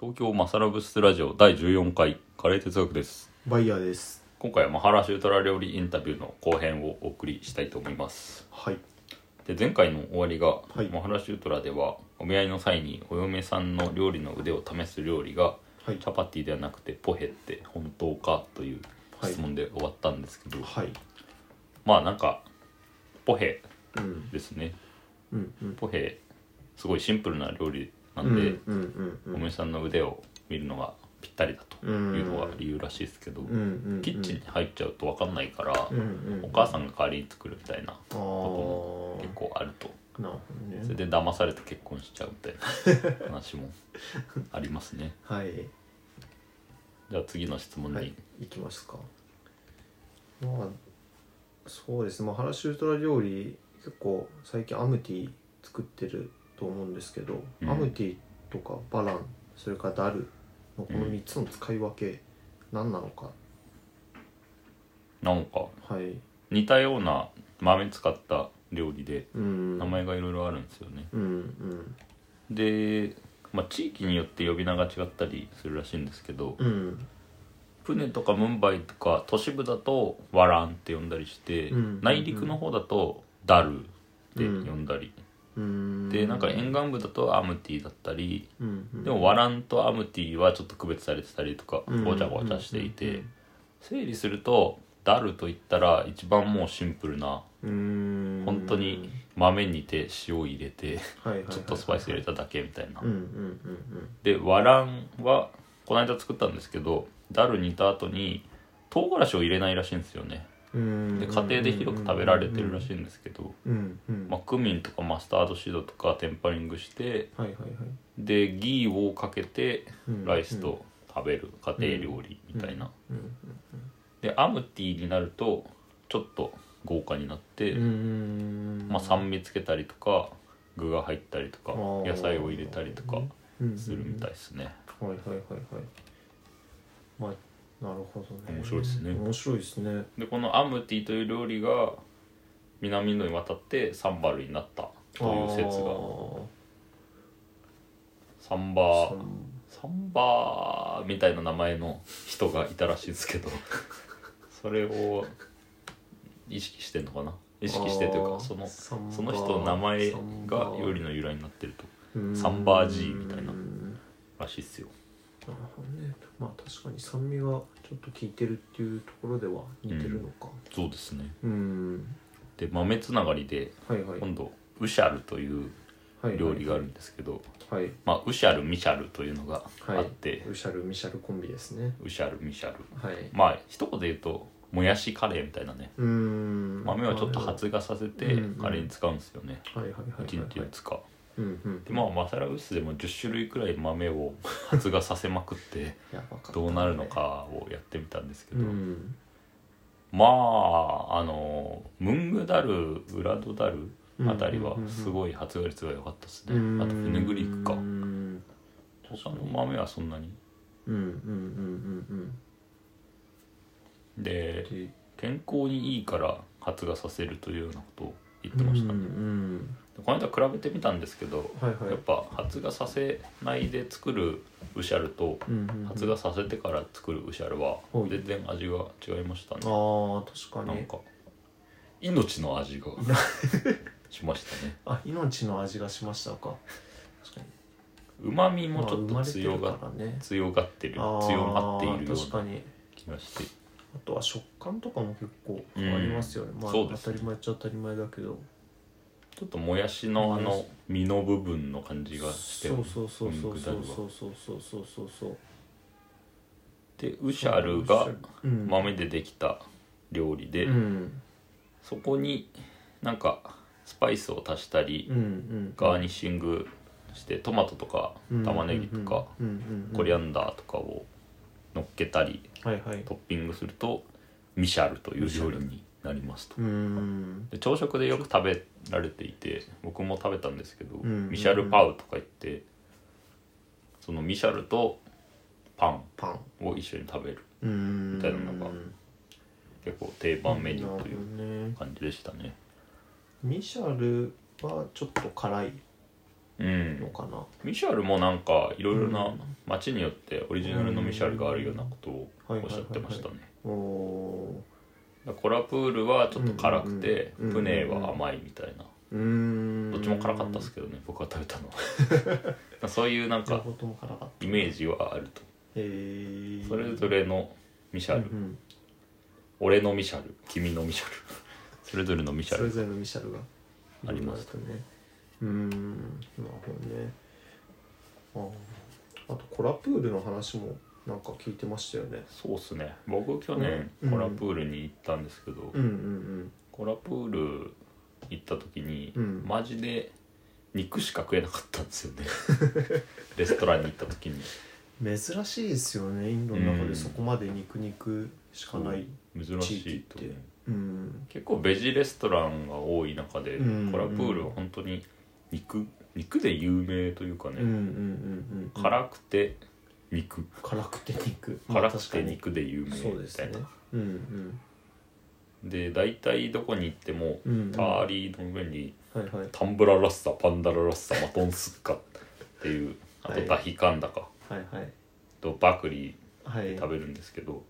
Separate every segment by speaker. Speaker 1: 東京マサラブスラジオ第14回カレー哲学です
Speaker 2: バイヤーです。
Speaker 1: 今回はマハラシュートラ料理インタビューの後編をお送りしたいと思います
Speaker 2: はい。
Speaker 1: で前回の終わりが、
Speaker 2: はい
Speaker 1: マハラシュートラではお見合いの際にお嫁さんの料理の腕を試す料理が
Speaker 2: はい
Speaker 1: チ。ャパティではなくてポヘって本当かという質問で終わったんですけど、
Speaker 2: はい。
Speaker 1: まあなんかポヘ
Speaker 2: うん。
Speaker 1: ですね
Speaker 2: うん。うん。
Speaker 1: ポヘすごいシンプルな料理なんで、
Speaker 2: うん。うん。う
Speaker 1: お
Speaker 2: ん。
Speaker 1: 嫁さんの腕を見るのがぴったりだというのが理由らしいですけど、
Speaker 2: うん。うん。
Speaker 1: キッチンに。入っちゃうと分かんないから、
Speaker 2: うん。うん。
Speaker 1: お母さんが代わりに作るみたいな
Speaker 2: ああ。なる
Speaker 1: ことも結構あると
Speaker 2: ほど
Speaker 1: それ
Speaker 2: ね。
Speaker 1: で騙されて結婚しちゃうみたい な話もありますね
Speaker 2: はい。
Speaker 1: じゃあ次の質問に、
Speaker 2: はい。いきますか。まあ。そうですね。まあ、ハラシュートラ料理。結構最近アムティ作ってると思うんですけど、
Speaker 1: うん
Speaker 2: アムティとかバランそれからダルのこの3つの使い分け何なのか、
Speaker 1: なんか
Speaker 2: はい
Speaker 1: 似たような豆使った料理で
Speaker 2: うん
Speaker 1: 名前がいろいろあるんですよね
Speaker 2: うんうん
Speaker 1: で、まあ、地域によって呼び名が違ったりするらしいんですけど
Speaker 2: うん
Speaker 1: プネとかムンバイとか都市部だとワランって呼んだりして、
Speaker 2: うん
Speaker 1: 内陸の方だとダルって呼んだり、
Speaker 2: うん
Speaker 1: でなんか沿岸部だとアムティだったり
Speaker 2: うんうん
Speaker 1: でもワランとアムティはちょっと区別されてたりとか
Speaker 2: うん
Speaker 1: ごちゃごちゃしてい
Speaker 2: うんうん
Speaker 1: て
Speaker 2: うん
Speaker 1: 整理するとダルと言ったら一番もうシンプルな
Speaker 2: うーん
Speaker 1: 本当に豆煮て塩入れて
Speaker 2: はいはいはい
Speaker 1: ちょっとスパイス入れただけみたいな
Speaker 2: うんうんうん
Speaker 1: でワランはこの間作ったんですけどダル煮た後に唐辛子を入れないらしいんですよね
Speaker 2: うん
Speaker 1: で家庭で広く食べられてるらしいんですけど、
Speaker 2: うんうん
Speaker 1: まあ、クミンとかマスタードシードとかテンパリングして
Speaker 2: はいはいはい
Speaker 1: でギーをかけて
Speaker 2: うん
Speaker 1: ライスと食べる家庭料理みたいな、
Speaker 2: うん
Speaker 1: でアムティーになるとちょっと豪華になって、
Speaker 2: うんうん
Speaker 1: まあ、酸味つけたりとか具が入ったりとか
Speaker 2: あー
Speaker 1: 野菜を入れたりとかするみたいですね、
Speaker 2: うんうんはいはいはいはいまあなるほどね
Speaker 1: 面白いですね
Speaker 2: 面白いですね
Speaker 1: でこのアムティという料理が南のに渡ってサンバルになったという説がサン
Speaker 2: あ
Speaker 1: バ
Speaker 2: ー酸
Speaker 1: サンバーみたいな名前の人がいたらしいんです けどそれを意識してんのかな意識してという
Speaker 2: あ
Speaker 1: か
Speaker 2: ー
Speaker 1: その
Speaker 2: サンバー
Speaker 1: その人の名前
Speaker 2: サン
Speaker 1: が
Speaker 2: バー
Speaker 1: 料理の由来になってると
Speaker 2: うん
Speaker 1: サンバージーみたいな
Speaker 2: うん
Speaker 1: らしいっすよ
Speaker 2: なるほどねまあ確かに酸味がちょっと効いてるっていうところでは似てるのか
Speaker 1: そうですね
Speaker 2: うん
Speaker 1: で豆つながりで
Speaker 2: はいはい
Speaker 1: 今度ウシャルという
Speaker 2: はい
Speaker 1: 料理があるんですけど、
Speaker 2: はい
Speaker 1: まあ、ウシャルミシャルというのが
Speaker 2: はい
Speaker 1: あって、
Speaker 2: ウシャルミシャルコンビですね
Speaker 1: ウシャルミシャル
Speaker 2: はい
Speaker 1: まあ一言で言うともやしカレーみたいなね
Speaker 2: うーん
Speaker 1: 豆をちょっと
Speaker 2: は
Speaker 1: 発芽させて
Speaker 2: うん
Speaker 1: カレーに使うんですよね、
Speaker 2: いはいはいはい
Speaker 1: 1日
Speaker 2: はい
Speaker 1: 2日
Speaker 2: うんうん
Speaker 1: でまあマサラウスでも10種類くらい豆 を発芽させまくって
Speaker 2: やばかったね
Speaker 1: どうなるのかをやってみたんですけ
Speaker 2: う
Speaker 1: ど、
Speaker 2: ん
Speaker 1: まああのムングダルウラドダルあたりは
Speaker 2: うんうんうんうん
Speaker 1: すごい発芽率が良かったです
Speaker 2: あ
Speaker 1: ね、あとフェネグリーク
Speaker 2: う
Speaker 1: か
Speaker 2: ん
Speaker 1: 他の豆はそんなに
Speaker 2: うんうんうん
Speaker 1: で
Speaker 2: うんうん
Speaker 1: 健康にいいから発芽させるというようなことを言っ
Speaker 2: う
Speaker 1: てました
Speaker 2: ん
Speaker 1: ね、
Speaker 2: うん
Speaker 1: この間比べてみたんですけど、
Speaker 2: はいはい
Speaker 1: やっぱ発芽させないで作るウシャルと
Speaker 2: うんうんうん
Speaker 1: 発芽させてから作るウシャルは
Speaker 2: はい
Speaker 1: 全然味が違いましたね、
Speaker 2: ああ確か
Speaker 1: なん
Speaker 2: に
Speaker 1: か命の味が しましたね
Speaker 2: あ命の味がしましたか確かに
Speaker 1: うまみ もちょっと
Speaker 2: まあ生ま
Speaker 1: 強
Speaker 2: れてる
Speaker 1: が
Speaker 2: からね
Speaker 1: 強がってる
Speaker 2: あー
Speaker 1: 強まっているよ
Speaker 2: 確
Speaker 1: うな
Speaker 2: かに
Speaker 1: 気がして
Speaker 2: あとは食感とかも結構ありますよね、
Speaker 1: うん
Speaker 2: まあ
Speaker 1: そうです
Speaker 2: 当たり前っちゃ当たり前だけど
Speaker 1: ちょっともやしのあの身の部分の感じがして
Speaker 2: そうそうそうそうそう
Speaker 1: 肉だる
Speaker 2: そうそうそうそうそうそう
Speaker 1: でウシャルが
Speaker 2: うん
Speaker 1: 豆でできた料理で、
Speaker 2: うん
Speaker 1: そこになんかスパイスを足したり、
Speaker 2: うんうん
Speaker 1: ガーニッシングしてトマトとか
Speaker 2: うん
Speaker 1: 玉ねぎとか、
Speaker 2: うんうんうん
Speaker 1: コリアンダーとかを乗っけたり
Speaker 2: はいはい
Speaker 1: トッピングするとミシャルという料理になりますと
Speaker 2: うーん
Speaker 1: で朝食でよく食べられていて僕も食べたんですけど、
Speaker 2: ん
Speaker 1: ミシャルパウとか言ってそのミシャルとパン
Speaker 2: パン
Speaker 1: を一緒に食べる
Speaker 2: うーん
Speaker 1: みたいなのが結構定番メニューという
Speaker 2: なるほどね
Speaker 1: 感じでしたね
Speaker 2: ミシャルはちょっと辛い
Speaker 1: うん
Speaker 2: のかな
Speaker 1: ミシャルもなんかいろいろな町によってオリジナルのミシャルがあるようなことを
Speaker 2: はい
Speaker 1: おっしゃってましたね
Speaker 2: おお
Speaker 1: だからコラプールはちょっと辛くて、
Speaker 2: うんうんうん
Speaker 1: プネーは甘いみたいな、
Speaker 2: ーうーん
Speaker 1: どっちも辛かったですけどね僕が食べたの はそういうなん
Speaker 2: 両
Speaker 1: か
Speaker 2: 方とも辛かった
Speaker 1: イメージはあると
Speaker 2: へえ
Speaker 1: それぞれのミシャル、
Speaker 2: うん
Speaker 1: 俺のミシャル君のミシャルそれぞれのミシャ
Speaker 2: それ
Speaker 1: ル
Speaker 2: ぞれのミシャルが
Speaker 1: ありました
Speaker 2: ねうーんなるほどねあーあとコラプールの話もなんか聞いてましたよね
Speaker 1: そうっすね僕去年
Speaker 2: うん
Speaker 1: コラプールに行ったんですけど、
Speaker 2: うんうん
Speaker 1: コラプール行った時に、
Speaker 2: うん
Speaker 1: マジで肉しか食えなかったんですよ ねレストランに行った時に
Speaker 2: うん珍しいですよねインドの中
Speaker 1: う
Speaker 2: で
Speaker 1: ん
Speaker 2: そこまで肉肉しかない
Speaker 1: 珍
Speaker 2: 地
Speaker 1: し
Speaker 2: 域っ
Speaker 1: いと思
Speaker 2: て
Speaker 1: う
Speaker 2: うん
Speaker 1: 結構ベジレストランが多い中で、
Speaker 2: うん
Speaker 1: コラプールは本当に肉肉で有名というかね、
Speaker 2: うんうんうんうん
Speaker 1: 辛くて肉
Speaker 2: 辛くて肉
Speaker 1: 辛くて
Speaker 2: ま
Speaker 1: 肉で有名み
Speaker 2: あ確かにそうで
Speaker 1: た
Speaker 2: す
Speaker 1: いな、
Speaker 2: ねうん
Speaker 1: で大体どこに行っても
Speaker 2: うんうんうん
Speaker 1: ターリーの上に
Speaker 2: はいはい
Speaker 1: タンブララッサパンダララッサマトンスッカっていうあ
Speaker 2: は
Speaker 1: と
Speaker 2: い
Speaker 1: ダヒカンダか
Speaker 2: はいはい
Speaker 1: とバクリ
Speaker 2: はい
Speaker 1: ー食べるんですけど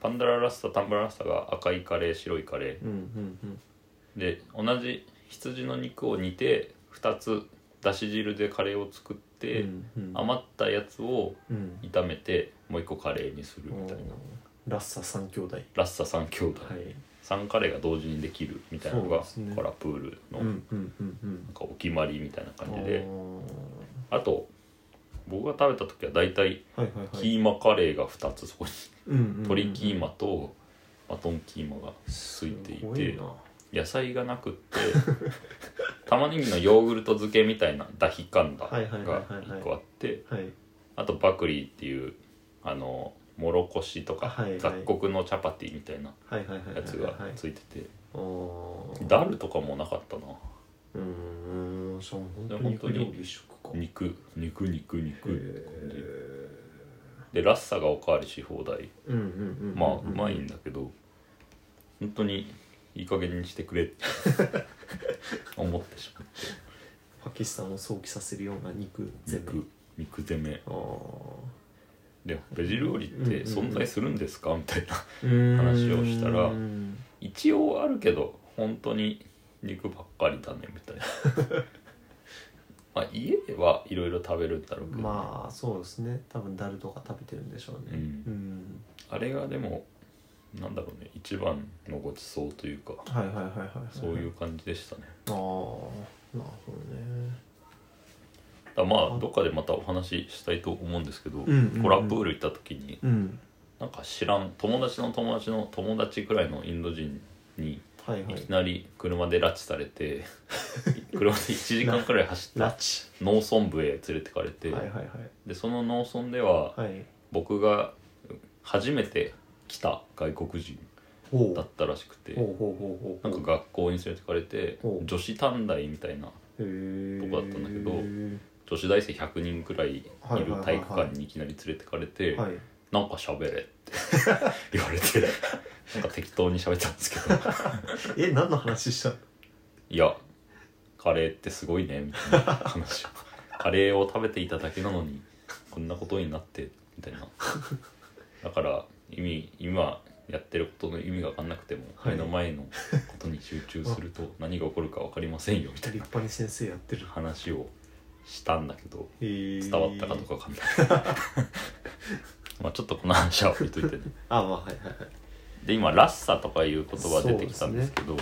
Speaker 1: パンダララッサタンブララッサが赤いカレー白いカレ
Speaker 2: うんうん
Speaker 1: ーで同じ羊の肉を煮て2つだし汁でカレーを作っ
Speaker 2: うん
Speaker 1: て、
Speaker 2: うんうん
Speaker 1: 余ったやつを
Speaker 2: うん
Speaker 1: 炒めてもう一個カレーにするみたいな
Speaker 2: ラッサ三兄弟
Speaker 1: ラッサ3兄弟、
Speaker 2: はい
Speaker 1: 3カレーが同時にできるみたいなのが、
Speaker 2: そうですね
Speaker 1: コラプールの
Speaker 2: う
Speaker 1: なん
Speaker 2: んうんうんうん
Speaker 1: かお決まりみたいな感じ
Speaker 2: あ
Speaker 1: で
Speaker 2: ー、
Speaker 1: あと僕が食べた時は大体
Speaker 2: はいはいはい
Speaker 1: キーマカレーが2つそこに
Speaker 2: うんうんうん
Speaker 1: 鶏キーマとマトンキーマがついてい
Speaker 2: すご
Speaker 1: て
Speaker 2: な
Speaker 1: 野菜がなくって 玉ねぎのヨーグルト漬けみたいなダヒカンダが
Speaker 2: はいはいはいはいはい
Speaker 1: 1個あって
Speaker 2: はい
Speaker 1: あとバクリーっていうあのもろこしとか
Speaker 2: はいはい
Speaker 1: 雑穀のチャパティみたいな
Speaker 2: はいはいはいはい
Speaker 1: やつが
Speaker 2: はい
Speaker 1: ついてて
Speaker 2: あー
Speaker 1: ダルとかもなかったな
Speaker 2: うーんじゃあ本当
Speaker 1: で
Speaker 2: に
Speaker 1: 本当に
Speaker 2: 肉料理一色かへ
Speaker 1: 肉肉肉肉
Speaker 2: ー
Speaker 1: でラッサがおかわりし放題
Speaker 2: うんうんうんうん
Speaker 1: まあうまいんだけど本当にいい加減にしてくれって 思ってしまう
Speaker 2: パキスタンを想起させるような肉全部
Speaker 1: 肉肉攻め
Speaker 2: あ
Speaker 1: でベジ料理って存在するんですかみたいな
Speaker 2: ー
Speaker 1: 話をしたら
Speaker 2: うーん
Speaker 1: 一応あるけど本当に肉ばっかりだねみ たいなまあ家ではいろいろ食べるんだろうけど、
Speaker 2: まあそうですね多分ダルとか食べてるんでしょう
Speaker 1: うん
Speaker 2: ねうん
Speaker 1: あれがでもなんだろうね一番のごちそうというか
Speaker 2: はいはいはいはいはい
Speaker 1: そういう感じでしたね、
Speaker 2: ああなるほどね
Speaker 1: だからまあどっかでまたお話ししたいと思うんですけど、
Speaker 2: んうんうん
Speaker 1: コラプール行った時に
Speaker 2: うん
Speaker 1: なんか知らん友達の友達の友達くらいのインド人に
Speaker 2: はいはいい
Speaker 1: きなり車で拉致されて、車で1時間くらい走っ
Speaker 2: ラ
Speaker 1: た
Speaker 2: ッチ
Speaker 1: 農村部へ連れてかれて、
Speaker 2: はいはいはい
Speaker 1: でその農村では
Speaker 2: はい
Speaker 1: 僕が初めて来た外国人
Speaker 2: ほう
Speaker 1: だったらしくて
Speaker 2: ほうほうほうほう
Speaker 1: なんか学校に連れてかれて
Speaker 2: ほう
Speaker 1: 女子短大みたいな
Speaker 2: へえ
Speaker 1: とこだったんだけど女子大生100人くらいいる体育館にいきなり連れてかれて、
Speaker 2: はい
Speaker 1: なんか喋れって 言われてなんか適当に喋ったんですけど
Speaker 2: え何の話したの
Speaker 1: いやカレーってすごいねみたいな 話をカレーを食べていただけなのにこんなことになってみたいなだから意味今やってることの意味が分かんなくても、
Speaker 2: はい
Speaker 1: 目の前のことに集中する と何が起こるか分かりませんよみ
Speaker 2: 立
Speaker 1: たいな
Speaker 2: 派に先生やってる
Speaker 1: 話をしたんだけど
Speaker 2: 伝
Speaker 1: 伝わったかどうか分かんない まあちょっとこの話は置いといてね
Speaker 2: あまあはいはいはい
Speaker 1: で今「ラッサ」とかいう言葉出てきたんですけど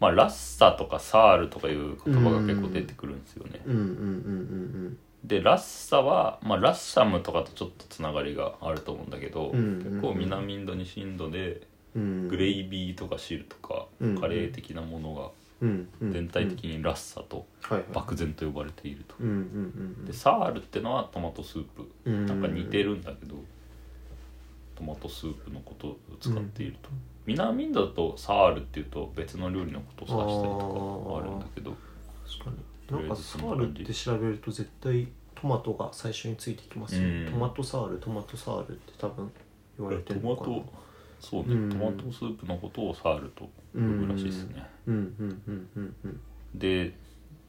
Speaker 1: まあ、ラッサとかサールとかいう言葉が結構出てくるんですよね。
Speaker 2: うんうんうんうん
Speaker 1: でラッサは、まあ、ラッサムとかとちょっとつながりがあると思うんだけど、
Speaker 2: うんうんうん
Speaker 1: 結構南インド西インドで
Speaker 2: うんうん
Speaker 1: グレイビーとか汁とか、
Speaker 2: うん
Speaker 1: カレー的なもの
Speaker 2: うんう
Speaker 1: が
Speaker 2: ん
Speaker 1: 全体的にラッサと
Speaker 2: はいはい
Speaker 1: 漠然と呼ばれていると。
Speaker 2: うんうんうん
Speaker 1: でサールってのはトマトスープ
Speaker 2: うん
Speaker 1: なんか似てるんだけどトマトスープのことを使っていると、南インドだとサールっていうと別の料理のことを指したりとかあるんだけど
Speaker 2: 確かになんかサールって調べると絶対トマトが最初についてきますよ、
Speaker 1: うん
Speaker 2: トマトサールトマトサールって多分言われ
Speaker 1: ト
Speaker 2: てる
Speaker 1: マ
Speaker 2: のかな
Speaker 1: トそうね、
Speaker 2: うん
Speaker 1: トマトスープのことをサールと呼ぶらしいですね、
Speaker 2: うんうんうんうんうん
Speaker 1: で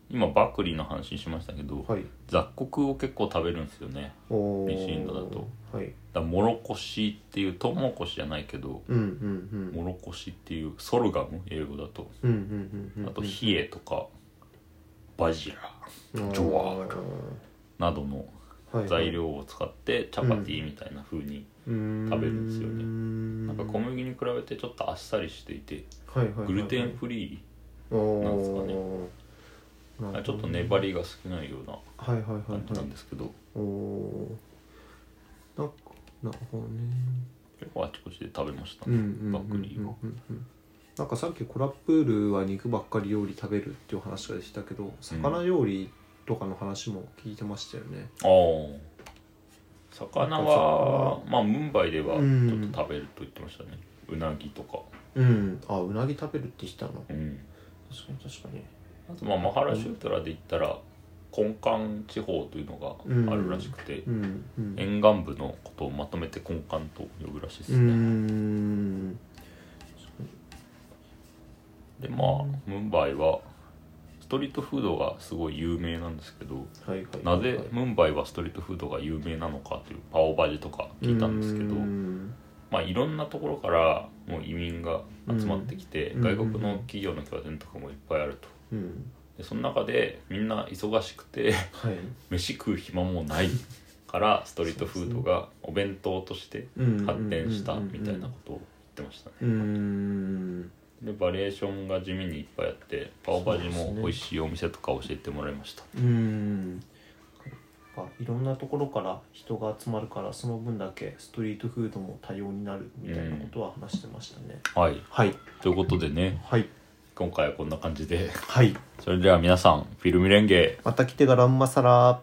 Speaker 1: 今バクリの話しましたけど
Speaker 2: はい
Speaker 1: 雑穀を結構食べるんですよね
Speaker 2: おー
Speaker 1: 美人度だと
Speaker 2: はい
Speaker 1: だからもろこしっていうトウモロコシじゃないけど
Speaker 2: うんうん
Speaker 1: もろこしっていうソルガム英語だと
Speaker 2: うんうんうんうんうん
Speaker 1: あとヒエとかバジラジョワークなどの材料を使ってチャパティみたいな風に
Speaker 2: 食
Speaker 1: 食べるんですよね
Speaker 2: ね
Speaker 1: なんか小麦に比べてちょっとあっさりしていてグ
Speaker 2: グ
Speaker 1: ルテンフリ
Speaker 2: ー
Speaker 1: なんですかね
Speaker 2: なるほど
Speaker 1: ーちょっと粘りが少ないような
Speaker 2: はいはいはい
Speaker 1: 感じ
Speaker 2: は
Speaker 1: なん
Speaker 2: い
Speaker 1: ですけど
Speaker 2: おおーなんかなるほどね
Speaker 1: 結構あちこちで食べました
Speaker 2: うんう
Speaker 1: ね
Speaker 2: んうんうん
Speaker 1: バクリーは
Speaker 2: うんうんなんかさっきコラップールは肉ばっかり料理食べるっていう話がでしたけど魚料理とかの話も聞いてましたよね
Speaker 1: ああ魚はまあムンバイでは
Speaker 2: うん
Speaker 1: ちょっと食べると言ってましたねうなぎとか
Speaker 2: うんあうなぎ食べるって言ってたの
Speaker 1: うん
Speaker 2: 確かに確かに
Speaker 1: あとまあマハラシュートラで言ったら根幹地方というのがあるらしくて
Speaker 2: うんうん
Speaker 1: 沿岸部のことをまとめて根幹と呼ぶらしいです
Speaker 2: うー
Speaker 1: ね
Speaker 2: ん
Speaker 1: でまあムンバイはストリートフードがすごい有名なんですけど
Speaker 2: はいはい
Speaker 1: なぜムンバイはストリートフードが有名なのかというパオバジとか聞いたんですけど
Speaker 2: うーん
Speaker 1: まあいろんなところからもう移民が集まってきて
Speaker 2: うん
Speaker 1: 外国の企業の拠点とかもいっぱいあると
Speaker 2: うん
Speaker 1: でその中でみんな忙しくて
Speaker 2: はい
Speaker 1: 飯食う暇もないからストリートフードがお弁当として発展したみたいなことを言ってましたね
Speaker 2: うーん
Speaker 1: でバリエーションが地味にいっぱいあってパオバジ
Speaker 2: そうです
Speaker 1: も
Speaker 2: ね
Speaker 1: 美味しいお店とか教えてもらいました
Speaker 2: うーんやっぱいろんなところから人が集まるからその分だけストリートフードも多様になるみたいなことは話してましたね、
Speaker 1: はい
Speaker 2: はい
Speaker 1: ということでね
Speaker 2: はい
Speaker 1: 今回はこんな感じで
Speaker 2: はい
Speaker 1: それでは皆さんフィルムレンゲ
Speaker 2: また来てからんまさら